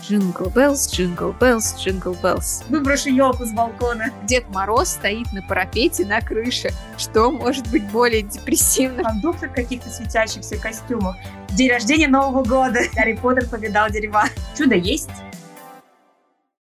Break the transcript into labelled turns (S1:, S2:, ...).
S1: Джингл Беллс, Джингл Беллс, Джингл Беллс.
S2: Выброшу елку с балкона.
S1: Дед Мороз стоит на парапете на крыше. Что может быть более депрессивно?
S2: Кондуктор в каких-то светящихся костюмах. День рождения Нового года. Гарри Поттер повидал дерева. Чудо есть.